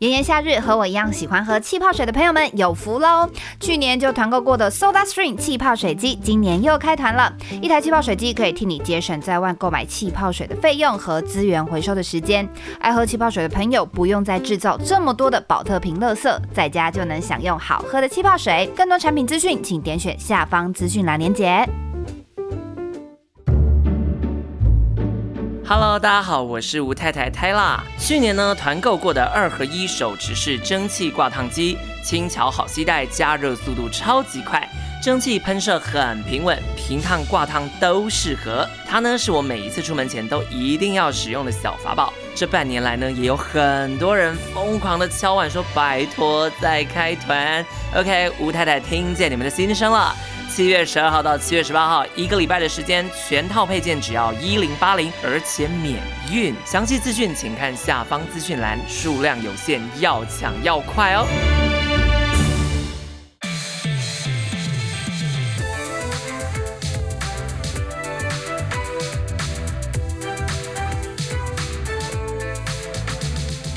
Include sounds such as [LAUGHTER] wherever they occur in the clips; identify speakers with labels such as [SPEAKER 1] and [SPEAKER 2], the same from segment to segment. [SPEAKER 1] 炎炎夏日，和我一样喜欢喝气泡水的朋友们有福喽！去年就团购过的 Soda Stream 气泡水机，今年又开团了。一台气泡水机可以替你节省在外购买气泡水的费用和资源回收的时间。爱喝气泡水的朋友不用再制造这么多的保特瓶垃圾，在家就能享用好喝的气泡水。更多产品资讯，请点选下方资讯栏连结。
[SPEAKER 2] Hello，大家好，我是吴太太泰辣。去年呢，团购过的二合一手持式蒸汽挂烫机，轻巧好携带，加热速度超级快，蒸汽喷射很平稳，平烫挂烫都适合。它呢是我每一次出门前都一定要使用的小法宝。这半年来呢，也有很多人疯狂的敲碗说拜托再开团。OK，吴太太听见你们的心声了。七月十二号到七月十八号，一个礼拜的时间，全套配件只要一零八零，而且免运。详细资讯请看下方资讯栏，数量有限，要抢要快哦！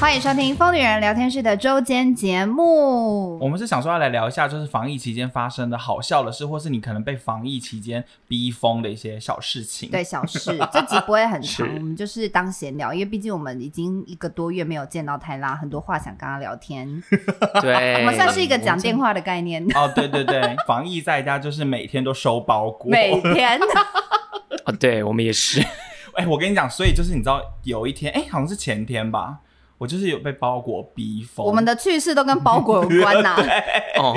[SPEAKER 1] 欢迎收听《疯女人聊天室》的周间节目。
[SPEAKER 3] 我们是想说要来聊一下，就是防疫期间发生的好笑的事，或是你可能被防疫期间逼疯的一些小事情。
[SPEAKER 1] 对，小事，这集不会很长，
[SPEAKER 3] 是
[SPEAKER 1] 我们就是当闲聊，因为毕竟我们已经一个多月没有见到泰拉，很多话想跟他聊
[SPEAKER 2] [LAUGHS]
[SPEAKER 1] 天。
[SPEAKER 2] 对，
[SPEAKER 1] 我们算是一个讲电话的概念，
[SPEAKER 3] 哦，对对对，防疫在家就是每天都收包裹。
[SPEAKER 1] 每天
[SPEAKER 2] 哦，对我们也是。
[SPEAKER 3] 哎、我跟你讲，所以就是你知道，有一天，哎、好像是前天吧，我就是有被包裹逼疯。
[SPEAKER 1] 我们的趣事都跟包裹
[SPEAKER 2] [LAUGHS]
[SPEAKER 1] 有关呐、
[SPEAKER 2] 哦，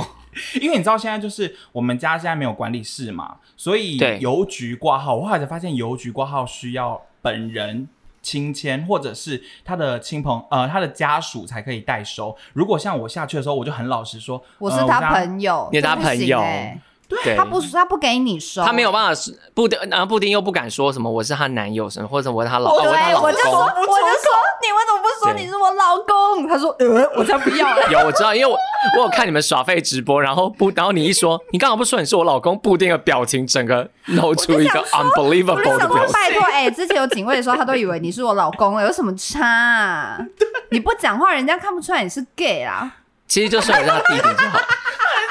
[SPEAKER 3] 因为你知道现在就是我们家现在没有管理室嘛，所以
[SPEAKER 2] 对
[SPEAKER 3] 邮局挂号，我后来才发现邮局挂号需要本人。亲签或者是他的亲朋呃他的家属才可以代收。如果像我下去的时候，我就很老实说，
[SPEAKER 1] 嗯我是
[SPEAKER 3] 呃
[SPEAKER 1] 他
[SPEAKER 3] 家
[SPEAKER 1] 朋友，
[SPEAKER 2] 你是他
[SPEAKER 1] 这不行
[SPEAKER 2] 朋友
[SPEAKER 1] 欸
[SPEAKER 2] 对
[SPEAKER 1] 他不他不给你收，
[SPEAKER 2] 他没有。办法是布丁，然后布丁又不敢说什么我是她男友什么，或者我是她老，
[SPEAKER 1] 对，
[SPEAKER 2] 哦我是她老
[SPEAKER 1] 我就说，我
[SPEAKER 2] 公。
[SPEAKER 1] 就说，你为什么不说
[SPEAKER 2] 对
[SPEAKER 1] 你是我老公？他说，呃，我才不要 [LAUGHS] 欸。
[SPEAKER 2] 有我知道，因为我我有看你们耍废直播，然后不，然后你一说，你刚好不说你是我老公，布丁的表情整个露出一个
[SPEAKER 1] 我就想说我就
[SPEAKER 2] unbelievable 的
[SPEAKER 1] 想说
[SPEAKER 2] 表，情。 [LAUGHS]
[SPEAKER 1] 拜托，哎、之前有警卫的时候，他都以为你是我老公了，有什么差、
[SPEAKER 2] [LAUGHS]
[SPEAKER 1] 啊？你不讲话，人家看不出来你是 gay 啊啦。
[SPEAKER 2] 其实就说你是他弟弟就好，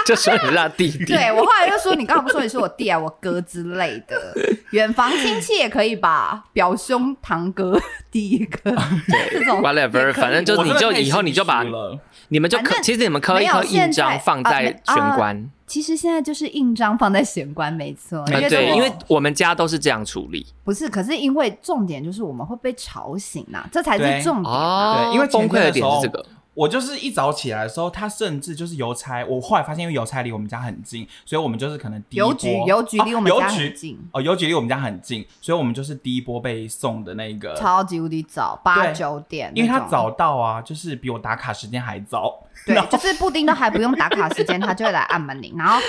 [SPEAKER 2] 就说你是他弟弟。
[SPEAKER 1] 对我后来就说，你刚刚不说你是我弟啊、我哥之类的，远房亲戚也可以吧？表兄、堂哥、弟
[SPEAKER 3] [LAUGHS]
[SPEAKER 1] 哥，这种
[SPEAKER 2] whatever，
[SPEAKER 1] 也可以
[SPEAKER 2] 反正就
[SPEAKER 3] 我
[SPEAKER 2] 你
[SPEAKER 3] 真的
[SPEAKER 2] 就
[SPEAKER 3] 太
[SPEAKER 2] 以后
[SPEAKER 3] 心
[SPEAKER 2] 你就把
[SPEAKER 3] 虚了
[SPEAKER 2] 你们就
[SPEAKER 1] 反
[SPEAKER 2] 刻，
[SPEAKER 1] 正
[SPEAKER 2] 其实你们刻
[SPEAKER 1] 没
[SPEAKER 2] 一
[SPEAKER 1] 有
[SPEAKER 2] 刻
[SPEAKER 1] 现
[SPEAKER 2] 印章
[SPEAKER 1] 在
[SPEAKER 2] 放
[SPEAKER 1] 啊
[SPEAKER 2] 在
[SPEAKER 1] 没
[SPEAKER 2] 玄
[SPEAKER 1] 啊
[SPEAKER 2] 关。
[SPEAKER 1] 其实现在就是印章放在玄关，没
[SPEAKER 3] 啊
[SPEAKER 1] 错。
[SPEAKER 2] 呃
[SPEAKER 1] 这
[SPEAKER 2] 对，
[SPEAKER 1] 种
[SPEAKER 2] 因为我们家都是这样处理
[SPEAKER 1] 不是，可是因为重点就是我们会被吵醒呐、这才
[SPEAKER 3] 对啊
[SPEAKER 1] 是重点。
[SPEAKER 2] 哦
[SPEAKER 3] 嗯对因为前
[SPEAKER 2] 崩溃
[SPEAKER 3] 天
[SPEAKER 2] 的
[SPEAKER 3] 的
[SPEAKER 2] 点
[SPEAKER 3] 时
[SPEAKER 2] 是
[SPEAKER 3] 候
[SPEAKER 2] 这个，
[SPEAKER 3] 我就是一早起来的时候，他甚至就是邮差，我后来发现，因为邮差离我们家很近，所以我们就是可能第一
[SPEAKER 1] 邮
[SPEAKER 3] 波
[SPEAKER 1] 局，邮局离我们
[SPEAKER 3] 啊
[SPEAKER 1] 家
[SPEAKER 3] 邮
[SPEAKER 1] 很
[SPEAKER 3] 局
[SPEAKER 1] 近。
[SPEAKER 3] 哦，邮局离我们家很近，所以我们就是第一波被送的那个，
[SPEAKER 1] 超级无敌早，八
[SPEAKER 3] 对
[SPEAKER 1] 九点那种，
[SPEAKER 3] 因为他早到啊，就是比我打卡时间还早。
[SPEAKER 1] 对
[SPEAKER 3] [LAUGHS] 然，后
[SPEAKER 1] 就是布丁都还不用打卡时间，他就会来按门铃。然后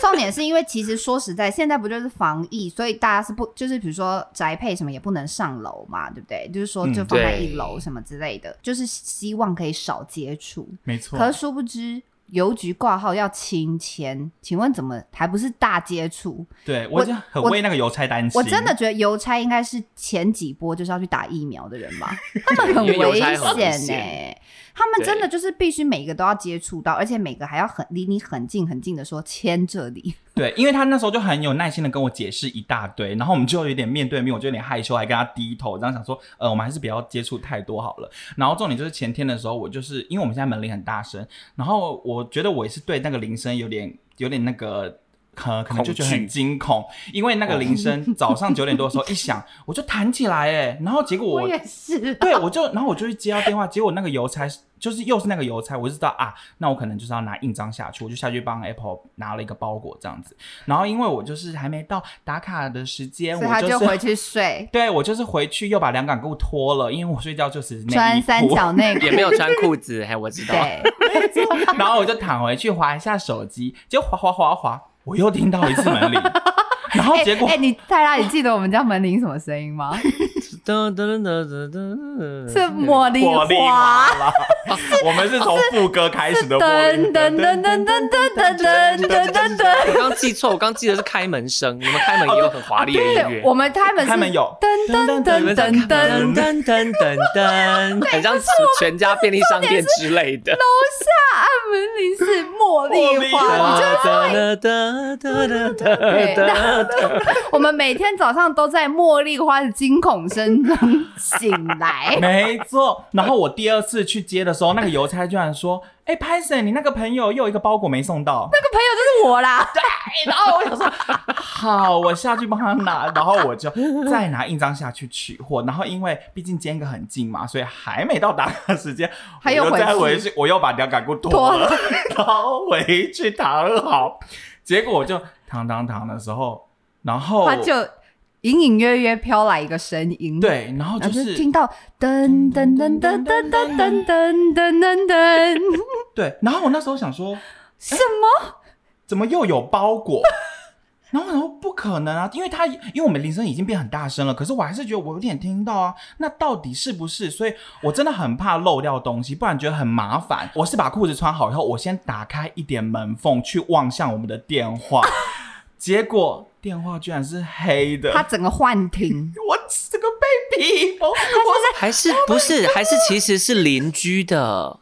[SPEAKER 1] 重点是因为其实说实在，现在不就是防疫，所以大家是不就是比如说宅配什么也不能上楼嘛，对不对？就是说
[SPEAKER 3] 嗯
[SPEAKER 1] 就放在
[SPEAKER 2] 对
[SPEAKER 1] 一楼什么之类的，就是希望可以少接触。
[SPEAKER 3] 没错，
[SPEAKER 1] 可是殊不知。邮局挂号要亲签，请问怎么还不是大接触？
[SPEAKER 3] 对
[SPEAKER 1] 我
[SPEAKER 3] 我就很为那个邮差担心。
[SPEAKER 1] 我真的觉得邮差应该是前几波就是要去打疫苗的人吧，他们很
[SPEAKER 2] 因为邮
[SPEAKER 1] 危
[SPEAKER 2] 差很危
[SPEAKER 1] 险呢、欸
[SPEAKER 2] 险
[SPEAKER 1] 他们真的就是必须每个都要接触到，而且每个还要很离你很近很近的说签这里。
[SPEAKER 3] 对，因为他那时候就很有耐心的跟我解释一大堆，然后我们就有点面对面，我就有点害羞，还跟他低头，这样想说，呃，我们还是不要接触太多好了。然后重点就是前天的时候，我就是因为我们现在门铃很大声，然后我觉得我也是对那个铃声有点有点那个。可可能就觉得
[SPEAKER 2] 恐惧
[SPEAKER 3] 很惊恐，因为那个铃声早上九点多的时候一响，我就弹起来哎，然后结果我
[SPEAKER 1] [LAUGHS] 是，
[SPEAKER 3] 对我就然后我就去接到电话，结果那个邮差是就是又是那个邮差，我就知道啊，那我可能就是要拿印章下去，我就下去帮 Apple 拿了一个包裹这样子。然后因为我就是还没到打卡的时间，
[SPEAKER 1] 所以
[SPEAKER 3] 我
[SPEAKER 1] 他
[SPEAKER 3] 就是
[SPEAKER 1] 回去睡，
[SPEAKER 3] [LAUGHS] 对我就是回去又把两杆裤脱了，因为我睡觉就是内衣
[SPEAKER 1] 穿三
[SPEAKER 3] 裤
[SPEAKER 1] 角内裤
[SPEAKER 2] 也。没有穿裤子， [LAUGHS] 嘿，我知道。
[SPEAKER 1] 对，
[SPEAKER 3] [LAUGHS] 然后我就躺回去划一下手机，结果划划划划，我又
[SPEAKER 1] [LAUGHS]
[SPEAKER 3] 听到一次门铃，然后
[SPEAKER 1] 哎
[SPEAKER 3] 结果、
[SPEAKER 1] 哎，你泰拉，你记得我们家门铃什么声音吗？
[SPEAKER 2] 噔噔噔噔噔噔，
[SPEAKER 1] 是茉莉
[SPEAKER 3] 茉莉
[SPEAKER 1] 花。
[SPEAKER 3] 花啦， [LAUGHS] 我们是从副歌开始的
[SPEAKER 1] 噔
[SPEAKER 3] 茉莉
[SPEAKER 1] 噔噔噔噔噔噔噔噔噔。
[SPEAKER 2] 我刚记错，我刚记得是开门声，你们开门也有很华丽的音乐
[SPEAKER 1] 对，。我们他们是
[SPEAKER 3] 他们有
[SPEAKER 1] 噔噔噔噔噔。
[SPEAKER 2] 噔 [LAUGHS] 噔噔噔噔，很像全家便利商店之类的。
[SPEAKER 1] 大暗门铃是茉莉花，你
[SPEAKER 3] 茉莉
[SPEAKER 1] 就
[SPEAKER 3] 花
[SPEAKER 2] 哒哒哒哒哒哒哒，
[SPEAKER 1] 我们每天早上都在茉莉花的惊恐声中醒
[SPEAKER 3] [LAUGHS]
[SPEAKER 1] 来。
[SPEAKER 3] 没错，然后我第二次去接的时候，那个邮差居然说：“哎、p y t h o n 你那个朋友又有一个包裹没送到。
[SPEAKER 1] 那个朋友就是我啦，
[SPEAKER 3] 然后我想说， [LAUGHS] 好，我下去帮他拿，然后我就再拿印章下去取货。然后因为毕竟间隔很近嘛，所以还没到打卡时间，
[SPEAKER 1] 还有
[SPEAKER 3] 我又再
[SPEAKER 1] 回
[SPEAKER 3] 回
[SPEAKER 1] 去
[SPEAKER 3] 去，我又把吊杆裤
[SPEAKER 1] 脱 [LAUGHS]
[SPEAKER 3] 脱了，然后回去躺好。结果我就躺躺躺的时候，然后
[SPEAKER 1] 他就隐隐约约飘来一个声音，，
[SPEAKER 3] 对，然后
[SPEAKER 1] 然
[SPEAKER 3] 就
[SPEAKER 1] 后就是听到噔噔噔噔噔噔噔噔噔噔，
[SPEAKER 3] 对，然后我那时候想说，
[SPEAKER 1] 什么？
[SPEAKER 3] 怎么又有包裹？ [LAUGHS] 然后我想说不可能啊，因为他因为我们铃声已经变很大声了，可是我还是觉得我有点听到啊。那到底是不是？所以我真的很怕漏掉东西，不然觉得很麻烦。我是把裤子穿好以后，我先打开一点门缝去望向我们的
[SPEAKER 1] [LAUGHS]
[SPEAKER 3] 电话，结果电话居然是黑的，
[SPEAKER 1] 他整个幻听，
[SPEAKER 3] [LAUGHS] 我这个被逼疯，我
[SPEAKER 2] 还是不是？还是其实是邻居的，
[SPEAKER 3] 哦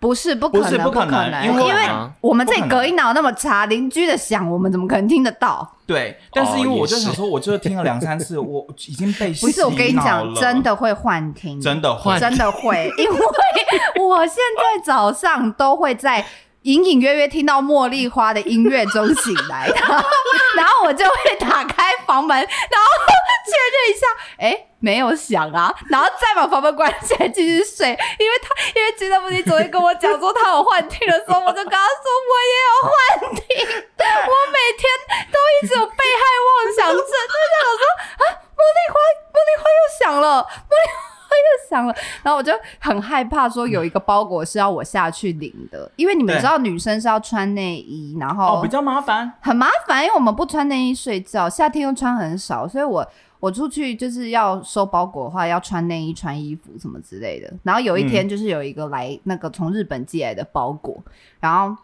[SPEAKER 1] 不是不可
[SPEAKER 3] 不是
[SPEAKER 1] 能，
[SPEAKER 3] 不可
[SPEAKER 1] 可
[SPEAKER 3] 能
[SPEAKER 1] 能，
[SPEAKER 3] 因
[SPEAKER 2] 为
[SPEAKER 1] 因为我们这
[SPEAKER 3] 不
[SPEAKER 1] 里
[SPEAKER 3] 可能
[SPEAKER 1] 隔音脑那么差，邻居的响我们怎么可能听得到？
[SPEAKER 3] 对，但是因为
[SPEAKER 2] 哦也
[SPEAKER 3] 我就想
[SPEAKER 2] 是
[SPEAKER 3] 说，我就听了两三次，我已经被
[SPEAKER 1] [LAUGHS] 不是，我跟你
[SPEAKER 3] 洗脑
[SPEAKER 1] 讲，
[SPEAKER 3] 了
[SPEAKER 1] 真的会幻听，
[SPEAKER 3] 真的会
[SPEAKER 2] 换
[SPEAKER 1] 真的会，因为我现在早上都会在隐隐约约听到茉莉花的音乐中醒来，然后然后我就会打开房门，然后确认一下，哎。没有响啊，然后再把房门关起来继续睡，因为他因为吉德布尼昨天跟我讲说他有幻听的时候，我就跟他说我也有幻听，我每天都一直有被害妄想症，就想说啊，茉莉花，茉莉花又响了，茉莉花又响了，然后我就很害怕，说有一个包裹是要我下去领的，因为你们
[SPEAKER 3] 对
[SPEAKER 1] 知道女生是要穿内衣，然
[SPEAKER 3] 哦
[SPEAKER 1] 后
[SPEAKER 3] 比较麻烦。
[SPEAKER 1] 很麻烦，因为我们不穿内衣睡觉，夏天又穿很少，所以我。我出去就是要收包裹的话，要穿内衣、穿衣服什么之类的。然后有一天
[SPEAKER 3] 嗯
[SPEAKER 1] 就是有一个来那个从日本寄来的包裹，然后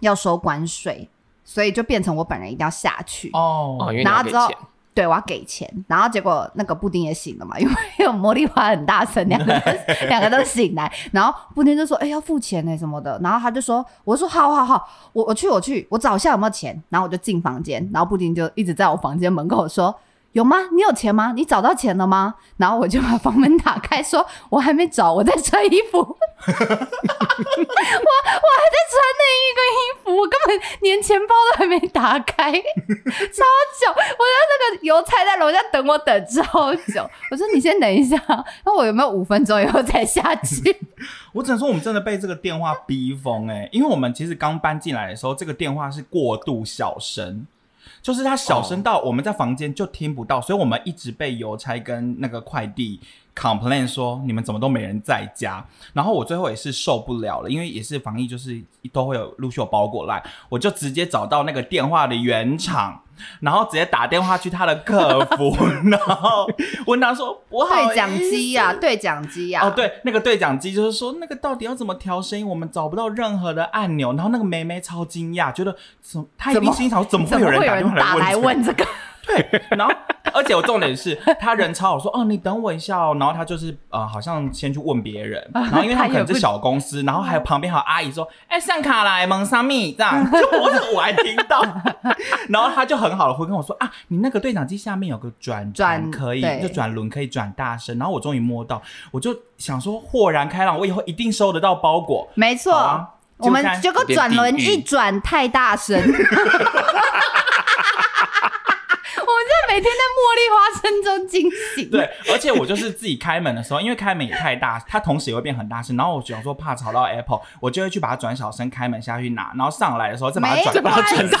[SPEAKER 1] 要收关税，所以就变成我本人一定要下去。
[SPEAKER 3] 哦
[SPEAKER 2] 哦，因为你
[SPEAKER 1] 然
[SPEAKER 2] 要
[SPEAKER 1] 后
[SPEAKER 2] 给
[SPEAKER 1] 之后
[SPEAKER 2] [LAUGHS] 钱。，
[SPEAKER 1] 对我要给钱，然后结果那个布丁也醒了嘛，因为因为茉莉花很大声，两个
[SPEAKER 2] [LAUGHS]
[SPEAKER 1] 都两个都醒来，然后布丁就说：“哎、要付钱呢、什么的。”然后他就说：“我说好好好，我我去我去，我找一下有没有钱。”然后我就进房间，然后布丁就一直在我房间门口说。有吗？你有钱吗？你找到钱了吗？然后我就把房门打开，说：“我还没找，我在穿衣服，我 [LAUGHS] 我还在穿内衣跟衣服，我根本连钱包都还没打开。”超久，我觉得那个邮差在楼下等我等超久。 [LAUGHS] 我说你先等一下，那我有没有五分钟以后才下
[SPEAKER 3] [LAUGHS]
[SPEAKER 1] 去？
[SPEAKER 3] 我只能说，我们真的被这个电话逼疯哎、因为我们其实刚搬进来的时候，这个电话是过度小声，就是它小声到我们在房间就听不到，所以我们一直被邮差跟那个快递 complain 说你们怎么都没人在家。然后我最后也是受不了了，因为也是防疫，就是都会有陆续有包裹来，我就直接找到那个电话的原厂。然后直接打电话去他的客服， [LAUGHS] 然后问他说：“我好
[SPEAKER 1] 对讲
[SPEAKER 3] 意思
[SPEAKER 1] 机呀、对讲机呀、
[SPEAKER 3] 哦，，对，那个对讲机就是说，那个到底要怎么调声音？我们找不到任何的按钮。然后那个梅梅超惊讶，觉得怎么她一
[SPEAKER 1] 怎
[SPEAKER 3] 定
[SPEAKER 1] 么
[SPEAKER 3] 心想，怎么
[SPEAKER 1] 怎
[SPEAKER 3] 会
[SPEAKER 1] 么
[SPEAKER 3] 有
[SPEAKER 1] 会
[SPEAKER 3] 人
[SPEAKER 1] 有
[SPEAKER 3] 打电
[SPEAKER 1] 人
[SPEAKER 3] 话
[SPEAKER 1] 打来
[SPEAKER 3] 来问
[SPEAKER 1] 问这
[SPEAKER 3] [LAUGHS]
[SPEAKER 1] 个？
[SPEAKER 3] 这个？然后，而且我重点是，他人超好，说哦，你等我一下哦。然后他就是呃，好像先去问别人，然后因为
[SPEAKER 1] 啊他
[SPEAKER 3] 他
[SPEAKER 1] 也
[SPEAKER 3] 可能
[SPEAKER 1] 不嗯
[SPEAKER 3] 是小公司，然后还有旁边还有阿姨说，哎、上卡来蒙萨密这样，就我我还听到， [LAUGHS] 然后他就很好的会跟我说啊，你那个对讲机下面有个转
[SPEAKER 1] 转
[SPEAKER 3] 盘可以
[SPEAKER 1] 对
[SPEAKER 3] 就转轮可以转大声，然后我终于摸到，我就想说豁然开朗，我以后一定收得到包裹。
[SPEAKER 1] 没错，
[SPEAKER 3] 好啊
[SPEAKER 1] 我们结
[SPEAKER 3] 就
[SPEAKER 1] 果
[SPEAKER 2] 变
[SPEAKER 1] 转轮
[SPEAKER 2] 地狱
[SPEAKER 1] 一转太大
[SPEAKER 3] [LAUGHS]
[SPEAKER 1] 声。我们现在每天在茉莉花声中惊醒。
[SPEAKER 3] [LAUGHS] 对，而且我就是自己开门的时候，因为开门也太大，它同时也会变很大声。然后我想说怕吵到 Apple，我就会去把它转小声，开门下去拿，然后上来的时候再把它
[SPEAKER 1] 没关系
[SPEAKER 3] 转
[SPEAKER 1] 啦，
[SPEAKER 3] 大声。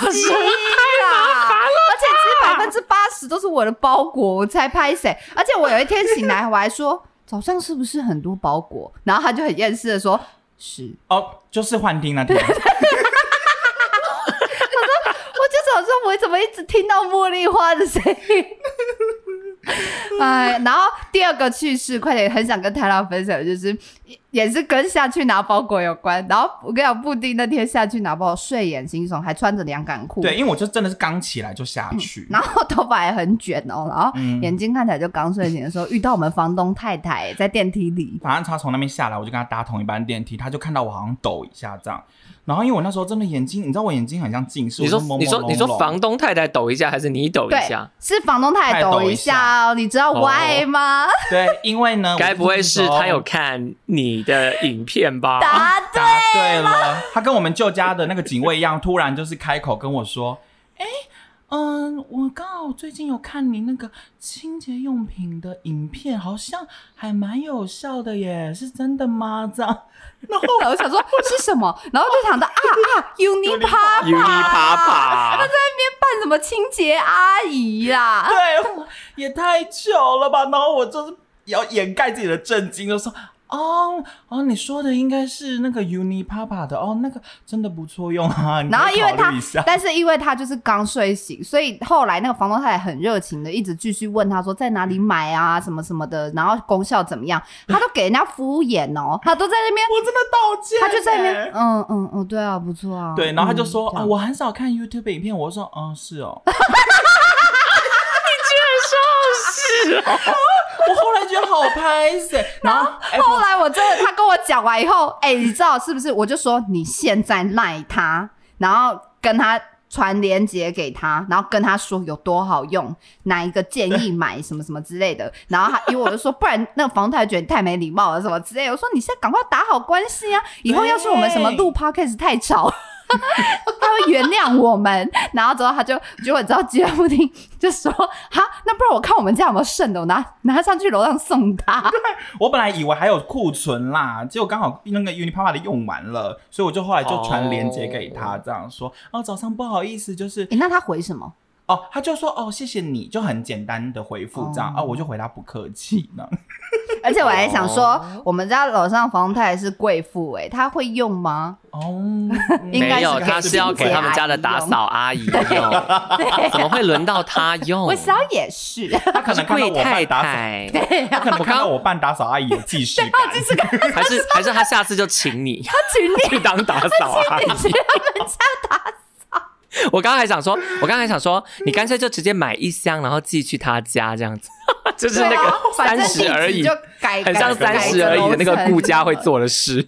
[SPEAKER 1] 而且其实百分之八十都是我的包裹，我才拍谁？而且我有一天醒来，我还说早上是不是很多包裹？然后他就很厌世的说。是，
[SPEAKER 3] 哦，就是幻听那天。
[SPEAKER 1] 我就想说，我怎么一直听到茉莉花的声音？哎，然后第二个趣事，快点，很想跟太郎分享，就是也是跟下去拿包裹有关。然后我跟你讲，布丁那天下去拿包裹，睡眼惺忪，还穿着凉感裤，
[SPEAKER 3] 对，因为我就真的是刚起来就下去，
[SPEAKER 1] 嗯然后头发还很卷哦，然后
[SPEAKER 3] 嗯
[SPEAKER 1] 眼睛看起来就刚睡醒的时候，遇到我们房东太太在电梯里，
[SPEAKER 3] 反正他从那边下来，我就跟他搭同一班电梯，他就看到我好像抖一下这样，然后因为我那时候真的眼睛，你知道我眼睛很像近视，
[SPEAKER 2] 你说
[SPEAKER 3] [LAUGHS] 我就朦朦
[SPEAKER 2] 你说你说
[SPEAKER 3] 胧胧
[SPEAKER 2] 房东太太抖一下，还是你抖
[SPEAKER 1] 对
[SPEAKER 2] 一下？，
[SPEAKER 1] 是房东太太
[SPEAKER 3] 太抖
[SPEAKER 1] 抖一
[SPEAKER 3] 一
[SPEAKER 1] 下哦，你知道
[SPEAKER 2] 哦
[SPEAKER 1] why 吗？
[SPEAKER 3] 对，因为呢，
[SPEAKER 2] 该不会是
[SPEAKER 3] 我就那时
[SPEAKER 2] 他
[SPEAKER 3] 候
[SPEAKER 2] 有看你的影
[SPEAKER 1] [LAUGHS]
[SPEAKER 2] 片吧？ [LAUGHS]
[SPEAKER 1] 答对，
[SPEAKER 3] 答对了，他跟我们旧家的那个警卫一样，突然就是开口跟我说：“哎、嗯，我刚好最近有看你那个清洁用品的影片，好像还蛮有效的耶，是真的吗？”这样，
[SPEAKER 1] 我想说是什么，然后就想到啊啊，Unipapa，
[SPEAKER 2] Uni 啪啪
[SPEAKER 1] 他在那边扮什么清洁阿姨啊呀、
[SPEAKER 3] 对，也太糗了吧！然后我就是要掩盖自己的震惊，就说。哦哦，你说的应该是那个 Uni Papa 的哦，那个真的不错用啊。你可以
[SPEAKER 1] 然后因为
[SPEAKER 3] 考虑
[SPEAKER 1] 他
[SPEAKER 3] 一下，
[SPEAKER 1] 但是因为他就是刚睡醒，所以后来那个房东太太很热情的一直继续问他说在哪里买啊，什么什么的，然后功效怎么样，他都给人家敷衍哦，他都在那边，
[SPEAKER 3] 我真的道歉耶，
[SPEAKER 1] 他就在那边，嗯嗯嗯，对啊，不错啊，
[SPEAKER 3] 对，然后他就说
[SPEAKER 1] 嗯这
[SPEAKER 3] 啊、
[SPEAKER 1] 样
[SPEAKER 3] 我很少看 YouTube 影片。我就说，嗯，
[SPEAKER 1] [LAUGHS]
[SPEAKER 3] 是哦。你居然说是哦！我 [LAUGHS] 后来觉得好拍死欸，然后哎、
[SPEAKER 1] 后来我真的，他跟我讲完以后，哎、你知道是不是？我就说你现在赖他，然后跟他传链接给他，然后跟他说有多好用，哪一个建议买什么什么之类的。然后他，因为我就说，不然那个房太觉得你太没礼貌了什么之类的。我说你现在赶快打好关系啊，以后要是我们什么录 podcast 太吵。 [LAUGHS] 他会原谅我们，然后之后他就结果你知道吉尔布丁就说哈，那不然我看我们家有没有剩的，我拿拿上去楼上送他。
[SPEAKER 3] 我本来以为还有库存啦，结果刚好那个 Unipapa 的用完了，所以我就后来就
[SPEAKER 1] 哦
[SPEAKER 3] 传链接给他，这样说，哦，早上不好意思，就是
[SPEAKER 1] 哎诶那他回什么？
[SPEAKER 3] 哦，他就说哦，谢谢你，就很简单的回复这样，
[SPEAKER 1] 哦
[SPEAKER 3] 哦，我就回答不客气呢。
[SPEAKER 1] 而且我还想说
[SPEAKER 2] 哦，
[SPEAKER 1] 我们家楼上房太太是贵妇，哎，她会用吗？
[SPEAKER 2] [LAUGHS]
[SPEAKER 3] 哦，
[SPEAKER 1] [LAUGHS] 应该
[SPEAKER 2] 没
[SPEAKER 1] 是
[SPEAKER 2] 有，
[SPEAKER 1] 给
[SPEAKER 2] 他
[SPEAKER 1] 自
[SPEAKER 2] 是要
[SPEAKER 1] 己
[SPEAKER 2] 给他们
[SPEAKER 1] 阿
[SPEAKER 2] 家的
[SPEAKER 1] 姨
[SPEAKER 2] 打
[SPEAKER 1] 用
[SPEAKER 2] 扫阿姨
[SPEAKER 1] [LAUGHS]
[SPEAKER 2] 用，怎么会轮到他用？
[SPEAKER 1] 我想也是，
[SPEAKER 2] [LAUGHS]
[SPEAKER 3] 他可能看到
[SPEAKER 2] 贵
[SPEAKER 3] 我
[SPEAKER 2] 太
[SPEAKER 3] 办打扫，
[SPEAKER 2] 太，
[SPEAKER 3] 他
[SPEAKER 2] [LAUGHS]
[SPEAKER 3] 可能
[SPEAKER 2] 我
[SPEAKER 3] 看到
[SPEAKER 2] 刚
[SPEAKER 3] 我办打扫阿姨有既视感，
[SPEAKER 1] 这是个
[SPEAKER 2] 还是还是他下次就请
[SPEAKER 1] [LAUGHS]
[SPEAKER 2] 你
[SPEAKER 1] 群力，
[SPEAKER 2] 去当打扫阿姨。
[SPEAKER 1] 是他们家
[SPEAKER 2] [LAUGHS] 我刚刚还想说，我刚刚还想说，你干脆就直接买一箱，然后寄去他家这样子， [LAUGHS] 就是那
[SPEAKER 1] 对啊
[SPEAKER 2] 个
[SPEAKER 1] 反
[SPEAKER 2] 三
[SPEAKER 1] 正
[SPEAKER 2] 十
[SPEAKER 1] 地址
[SPEAKER 2] 而已
[SPEAKER 1] 就，改
[SPEAKER 2] 很像三十而已的那个顾家会。做的 [LAUGHS] 事。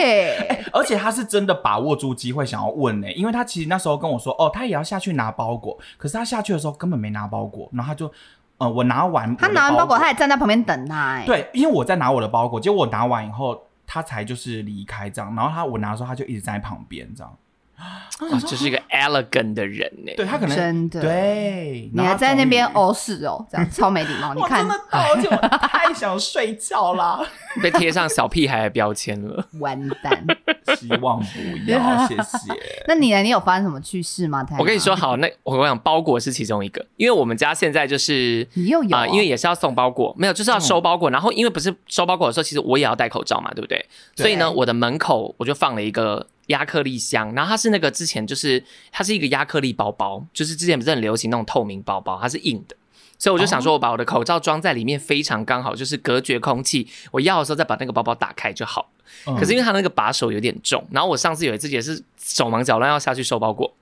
[SPEAKER 1] 对，
[SPEAKER 3] 而且他是真的把握住机会想要问呢、因为他其实那时候跟我说，哦，他也要下去拿包裹，可是他下去的时候根本没拿包裹，然后他就，呃，我拿完
[SPEAKER 2] [LAUGHS]
[SPEAKER 3] 我的
[SPEAKER 1] 他拿完包裹，他，还站在旁边等他，哎，
[SPEAKER 3] 对，因为我在拿我的包裹，结果我拿完以后，他才就是离开这样，然后他我拿的时候，他就一直站在旁边这样，
[SPEAKER 2] 哇，哦这是一个 elegant 的人 [LAUGHS] 呢。
[SPEAKER 3] 对他可能
[SPEAKER 1] 真的
[SPEAKER 3] 对，
[SPEAKER 1] 你
[SPEAKER 3] 然后
[SPEAKER 1] 还
[SPEAKER 3] 他
[SPEAKER 1] 在那
[SPEAKER 3] 终于
[SPEAKER 1] 边，哦是哦，这样超没礼
[SPEAKER 2] [LAUGHS]
[SPEAKER 1] 貌。你
[SPEAKER 3] 我
[SPEAKER 1] 看
[SPEAKER 3] 真，的道歉，我太想睡觉啦，
[SPEAKER 1] [LAUGHS]
[SPEAKER 2] 被贴上小屁孩的标签了。
[SPEAKER 1] 完蛋。 [LAUGHS]
[SPEAKER 3] 希望不要，谢谢。
[SPEAKER 1] 那你呢？你有发生什么趣事吗？太阳
[SPEAKER 2] 我跟你说，，好，那我想包裹是其中一个，因为我们家现在就是
[SPEAKER 1] 你又有
[SPEAKER 2] 啊、
[SPEAKER 1] 哦
[SPEAKER 2] 因为也是要送包裹，没有就是要收包裹。然后因为不是收包裹的时候，其实我也要戴口罩嘛，对不对？
[SPEAKER 3] 对
[SPEAKER 2] 所以呢，我的门口我就放了一个亚克力箱，然后它是那个之前就是它是一个亚克力包包，就是之前不是很流行那种透明包包，它是硬的。所以我就
[SPEAKER 1] 哦
[SPEAKER 2] 想说，我把我的口罩装在里面，非常刚好，就是隔绝空气。我要的时候再把那个包包打开就好。
[SPEAKER 3] 嗯
[SPEAKER 2] 可是因为它那个把手有点重，然后我上次有一次也是手忙脚乱要下去收包裹，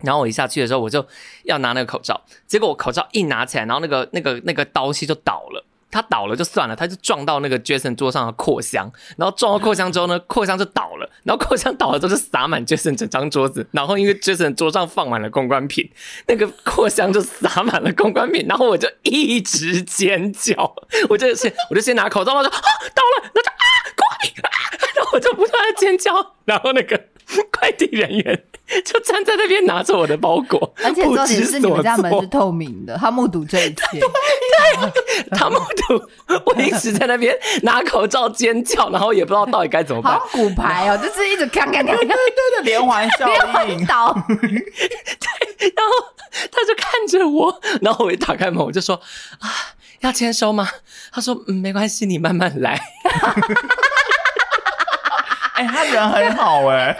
[SPEAKER 2] 然后我一下去的时候我就要拿那个口罩，结果我口罩一拿起来，然后那个那个那个刀器就倒了。它倒了就算了，它就撞到那个 Jason 桌上的扩香，然后撞到扩香之后呢， [LAUGHS] 扩香就倒了，然后扩香倒了之后就洒满 Jason 整张桌子，然后因为 Jason 桌上放满了公关品，那个扩香就洒满了公关品，然后我就一直尖叫，我就先我就先拿口罩，我就啊倒了，然后就啊公关品啊，然后我就不断的尖叫，然后那个快递人员就站在那边拿着我的包裹，
[SPEAKER 1] 而且
[SPEAKER 2] 不
[SPEAKER 1] 重点
[SPEAKER 2] 知
[SPEAKER 1] 是你们家
[SPEAKER 2] 所
[SPEAKER 1] 门
[SPEAKER 2] 措
[SPEAKER 1] 是透明的，他目睹这
[SPEAKER 2] [LAUGHS]
[SPEAKER 1] 一切。
[SPEAKER 2] 他目睹我一直在那边拿口罩尖叫，然后也不知道到底该怎么办
[SPEAKER 1] 好。像骨牌哦，就是一直看看看看，
[SPEAKER 2] [LAUGHS]
[SPEAKER 3] 对对，连环效
[SPEAKER 1] [LAUGHS]
[SPEAKER 3] 应
[SPEAKER 1] 晕，倒。
[SPEAKER 2] 然后他就看着我，然后我一打开门，我就说啊，要签收吗？他说、嗯、没关系，你慢慢来。
[SPEAKER 3] 哎、他人很好哎、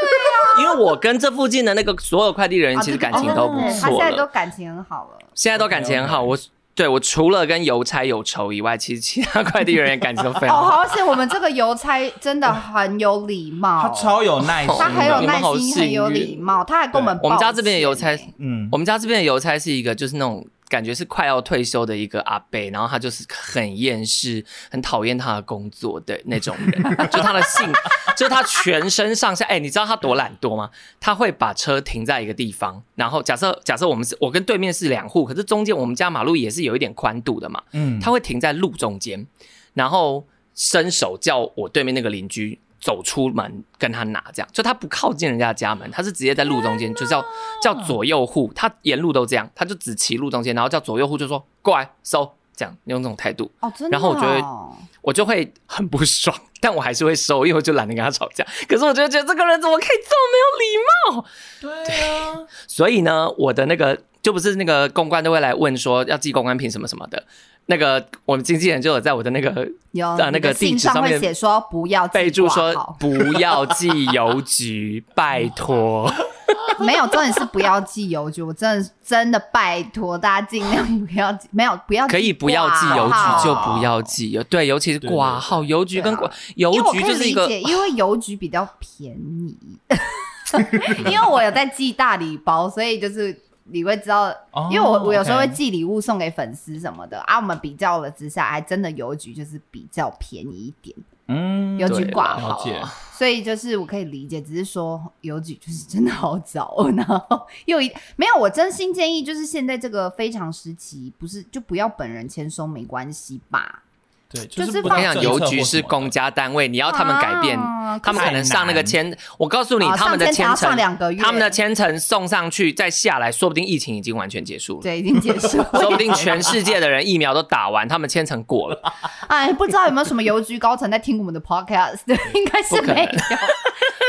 [SPEAKER 2] [LAUGHS] 因为我跟这附近的那个所有快递人其实感情都不
[SPEAKER 1] 啊哦对对对
[SPEAKER 2] 错
[SPEAKER 1] 他现在
[SPEAKER 2] 了，
[SPEAKER 1] 都感情很好了。
[SPEAKER 2] 现在都感情很好。我对我除了跟邮差有仇以外，其实其他快递人员感情都非常 [LAUGHS]
[SPEAKER 1] 哦，
[SPEAKER 2] 好。
[SPEAKER 1] 好险，我们这个邮差真的很有礼貌，
[SPEAKER 3] 他超有耐心的，
[SPEAKER 1] 他很有耐
[SPEAKER 2] 你们好
[SPEAKER 1] 心，
[SPEAKER 2] 幸运
[SPEAKER 1] 很有礼貌，他还跟我们
[SPEAKER 2] 我们家
[SPEAKER 1] 抱歉
[SPEAKER 2] 这边的邮差，
[SPEAKER 3] 嗯
[SPEAKER 2] 我，们家这边的邮差是一个就是那种感觉是快要退休的一个阿伯，然后他就是很厌世，很讨厌他的工作的那种 [LAUGHS] 人，就他的性，就是他全身上下，哎、你知道他多懒惰吗？他会把车停在一个地方，然后假设假设我们是我跟对面是两户，可是中间我们家马路也是有一点宽度的嘛，
[SPEAKER 3] 嗯，
[SPEAKER 2] 他会停在路中间，然后伸手叫我对面那个邻居走出门跟他拿，这样就他不靠近人家的家门，他是直接在路中间，就叫叫左右户，他沿路都这样，他就只骑路中间，然后叫左右户就说过来收，这样用这种态度，
[SPEAKER 1] 哦，真的哦、
[SPEAKER 2] 然后我就会我就会很不爽， [LAUGHS] 但我还是会收，因为我就懒得跟他吵架。可是我就会觉得这个人怎么可以这么没有礼貌？
[SPEAKER 3] 对啊，
[SPEAKER 2] 所以呢，我的那个就不是那个公关都会来问说要寄公关品什么什么的。那个我们经纪人就有在我的那个
[SPEAKER 1] 有、
[SPEAKER 2] 啊那
[SPEAKER 1] 你的
[SPEAKER 2] 个地
[SPEAKER 1] 信
[SPEAKER 2] 址上
[SPEAKER 1] 会
[SPEAKER 2] 面
[SPEAKER 1] 写说不要自己
[SPEAKER 2] 备注
[SPEAKER 1] 挂
[SPEAKER 2] 说
[SPEAKER 1] 号
[SPEAKER 2] 不要寄邮局，拜托。
[SPEAKER 1] [LAUGHS] 没有，重点是不要寄邮局，我真的真的拜托大家尽量不要寄，没有不要寄
[SPEAKER 2] 可以不要寄邮
[SPEAKER 1] 挂
[SPEAKER 2] 局就
[SPEAKER 1] 号
[SPEAKER 2] 不要寄邮，对，尤其是
[SPEAKER 3] 对
[SPEAKER 2] 挂号邮局跟
[SPEAKER 1] 对
[SPEAKER 2] 挂
[SPEAKER 1] 啊
[SPEAKER 2] 邮
[SPEAKER 1] 因为我
[SPEAKER 2] 局
[SPEAKER 1] 可以
[SPEAKER 2] 就是一
[SPEAKER 1] 理
[SPEAKER 2] 个
[SPEAKER 1] 解，因
[SPEAKER 2] [LAUGHS]
[SPEAKER 1] 为邮局比较便宜， [LAUGHS] 因为我有在寄大礼包，所以就是你会知道，
[SPEAKER 3] 哦
[SPEAKER 1] 啊因为我我有时候会
[SPEAKER 3] OK
[SPEAKER 1] 寄礼物送给粉丝什么的啊，我们比较了之下，还真的邮局就是比较便宜一点，
[SPEAKER 3] 嗯，
[SPEAKER 1] 邮
[SPEAKER 2] 对
[SPEAKER 1] 局挂
[SPEAKER 2] 啦
[SPEAKER 3] 了
[SPEAKER 1] 号，啊
[SPEAKER 3] 解，
[SPEAKER 1] 所以就是我可以理解，只是说邮局就是真的好找，然后又一没有，我真心建议就是现在这个非常时期，不是就不要本人签收没关系吧，
[SPEAKER 3] 对，
[SPEAKER 1] 就是
[SPEAKER 3] 不
[SPEAKER 2] 我
[SPEAKER 1] 放
[SPEAKER 2] 跟你讲，
[SPEAKER 3] 能政策
[SPEAKER 2] 邮
[SPEAKER 3] 或
[SPEAKER 2] 局是
[SPEAKER 3] 什么的
[SPEAKER 1] [LAUGHS]
[SPEAKER 2] 公家单位，你要他们改变，
[SPEAKER 1] 啊
[SPEAKER 2] 他们可能上那个签，我告诉你，
[SPEAKER 1] 啊
[SPEAKER 2] 他们的
[SPEAKER 1] 上签只要
[SPEAKER 2] 签
[SPEAKER 1] 上
[SPEAKER 2] 程，
[SPEAKER 1] 两个月，
[SPEAKER 2] 他们的签程送上去再下来，说不定疫情已经完全结束了。
[SPEAKER 1] 对已经结束了，
[SPEAKER 2] [LAUGHS]
[SPEAKER 1] [LAUGHS]
[SPEAKER 2] 说不定全世界的人疫苗都打完，他们签程过
[SPEAKER 1] [LAUGHS]
[SPEAKER 2] 了。
[SPEAKER 1] 哎，不知道有没有什么邮局高层在听我们的 podcast？应该是
[SPEAKER 2] 不可
[SPEAKER 1] 没
[SPEAKER 2] 能
[SPEAKER 1] 有。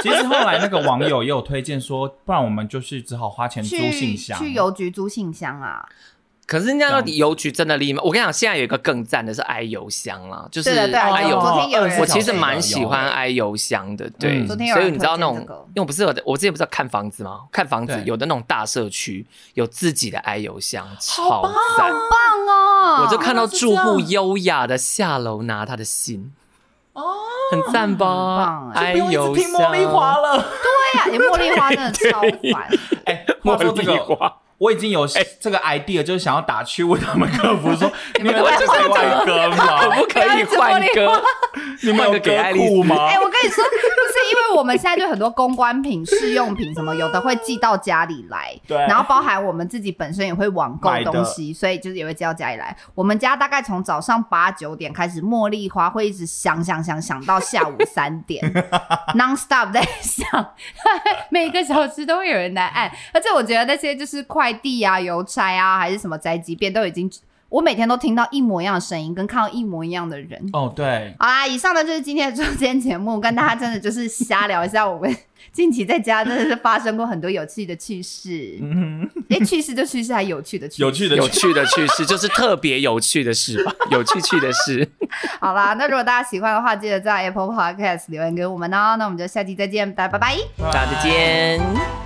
[SPEAKER 3] 其实后来那个网友也有推荐说，不然我们就是只好花钱租信
[SPEAKER 1] 去
[SPEAKER 3] 箱，
[SPEAKER 1] 去邮局租信箱啊！
[SPEAKER 2] 可是人家说邮局真的厉害，我跟你讲，现在有一个更赞的是 i 邮箱啦，就是
[SPEAKER 1] 对的啊对的
[SPEAKER 2] 哎
[SPEAKER 1] 有
[SPEAKER 2] 邮
[SPEAKER 1] 我昨天有人
[SPEAKER 2] 我其实蛮喜欢挨邮箱的，对，
[SPEAKER 3] 嗯
[SPEAKER 1] 昨天有
[SPEAKER 2] 所
[SPEAKER 1] 人
[SPEAKER 2] 以你知道那种
[SPEAKER 1] 推荐这个，
[SPEAKER 2] 因为我不是有的，我之前不是有看房子吗？看房子
[SPEAKER 3] 对
[SPEAKER 2] 有的那种大社区有自己的挨邮箱，超赞！
[SPEAKER 1] 棒哦！
[SPEAKER 2] 我就看到住户
[SPEAKER 1] 很
[SPEAKER 2] 优雅的下楼拿他的信，哦，很赞吧
[SPEAKER 1] 棒？哎！
[SPEAKER 2] 挨邮
[SPEAKER 3] 听茉莉花
[SPEAKER 2] 箱，
[SPEAKER 3] 了。
[SPEAKER 1] 对呀，哎茉莉花真的超烦。
[SPEAKER 3] [LAUGHS] 哎，话说
[SPEAKER 2] 茉
[SPEAKER 3] 这
[SPEAKER 2] 莉
[SPEAKER 3] 个， [LAUGHS]
[SPEAKER 2] 花，哎
[SPEAKER 3] 我已经有这个 idea，就是想要打去问他们客
[SPEAKER 2] [LAUGHS]
[SPEAKER 3] 服说，你们有
[SPEAKER 2] 这
[SPEAKER 3] 台湾歌
[SPEAKER 2] 可
[SPEAKER 3] 吗？
[SPEAKER 2] 不可
[SPEAKER 1] 不要
[SPEAKER 2] 以换
[SPEAKER 1] 一直茉莉
[SPEAKER 2] 歌？
[SPEAKER 3] 你们有
[SPEAKER 2] 给爱
[SPEAKER 3] 歌
[SPEAKER 2] 丽
[SPEAKER 3] 库
[SPEAKER 2] 丝
[SPEAKER 3] 吗
[SPEAKER 1] 哎，？我跟你说，不是因为我们现在就很多公关品、试用品什么，有的会寄到家里来，
[SPEAKER 3] [LAUGHS] 对
[SPEAKER 1] 然后包含我们自己本身也会网购
[SPEAKER 3] 买的
[SPEAKER 1] 东西，所以就是也会寄到家里来。我们家大概从早上八九点开始，茉莉花会一直想想想想到下午三
[SPEAKER 3] [LAUGHS]
[SPEAKER 1] 点，non stop 在想， [LAUGHS] 每个小时都会有人来按。而且我觉得那些就是快递啊、邮差啊，还是什么宅急便，都已经我每天都听到一模一样的声音，跟看到一模一样的人。
[SPEAKER 3] 哦，对，
[SPEAKER 1] 好啦，以上呢就是今天的中间节目， [LAUGHS] 跟大家真的就是瞎聊一下我们 [LAUGHS] 近期在家真的是发生过很多有趣的趣事。
[SPEAKER 3] 嗯，
[SPEAKER 1] 哎、趣事就趣事，还有趣的趣事。
[SPEAKER 3] 有趣的
[SPEAKER 2] 有趣的趣事，就是特别有趣的事吧，有趣趣的
[SPEAKER 3] [LAUGHS]
[SPEAKER 2] 事。
[SPEAKER 1] 好啦，那如果大家喜欢的话，记得在 Apple Podcast 留言给我们哦。那我们就下期再见，大家拜拜。
[SPEAKER 2] 大家再见。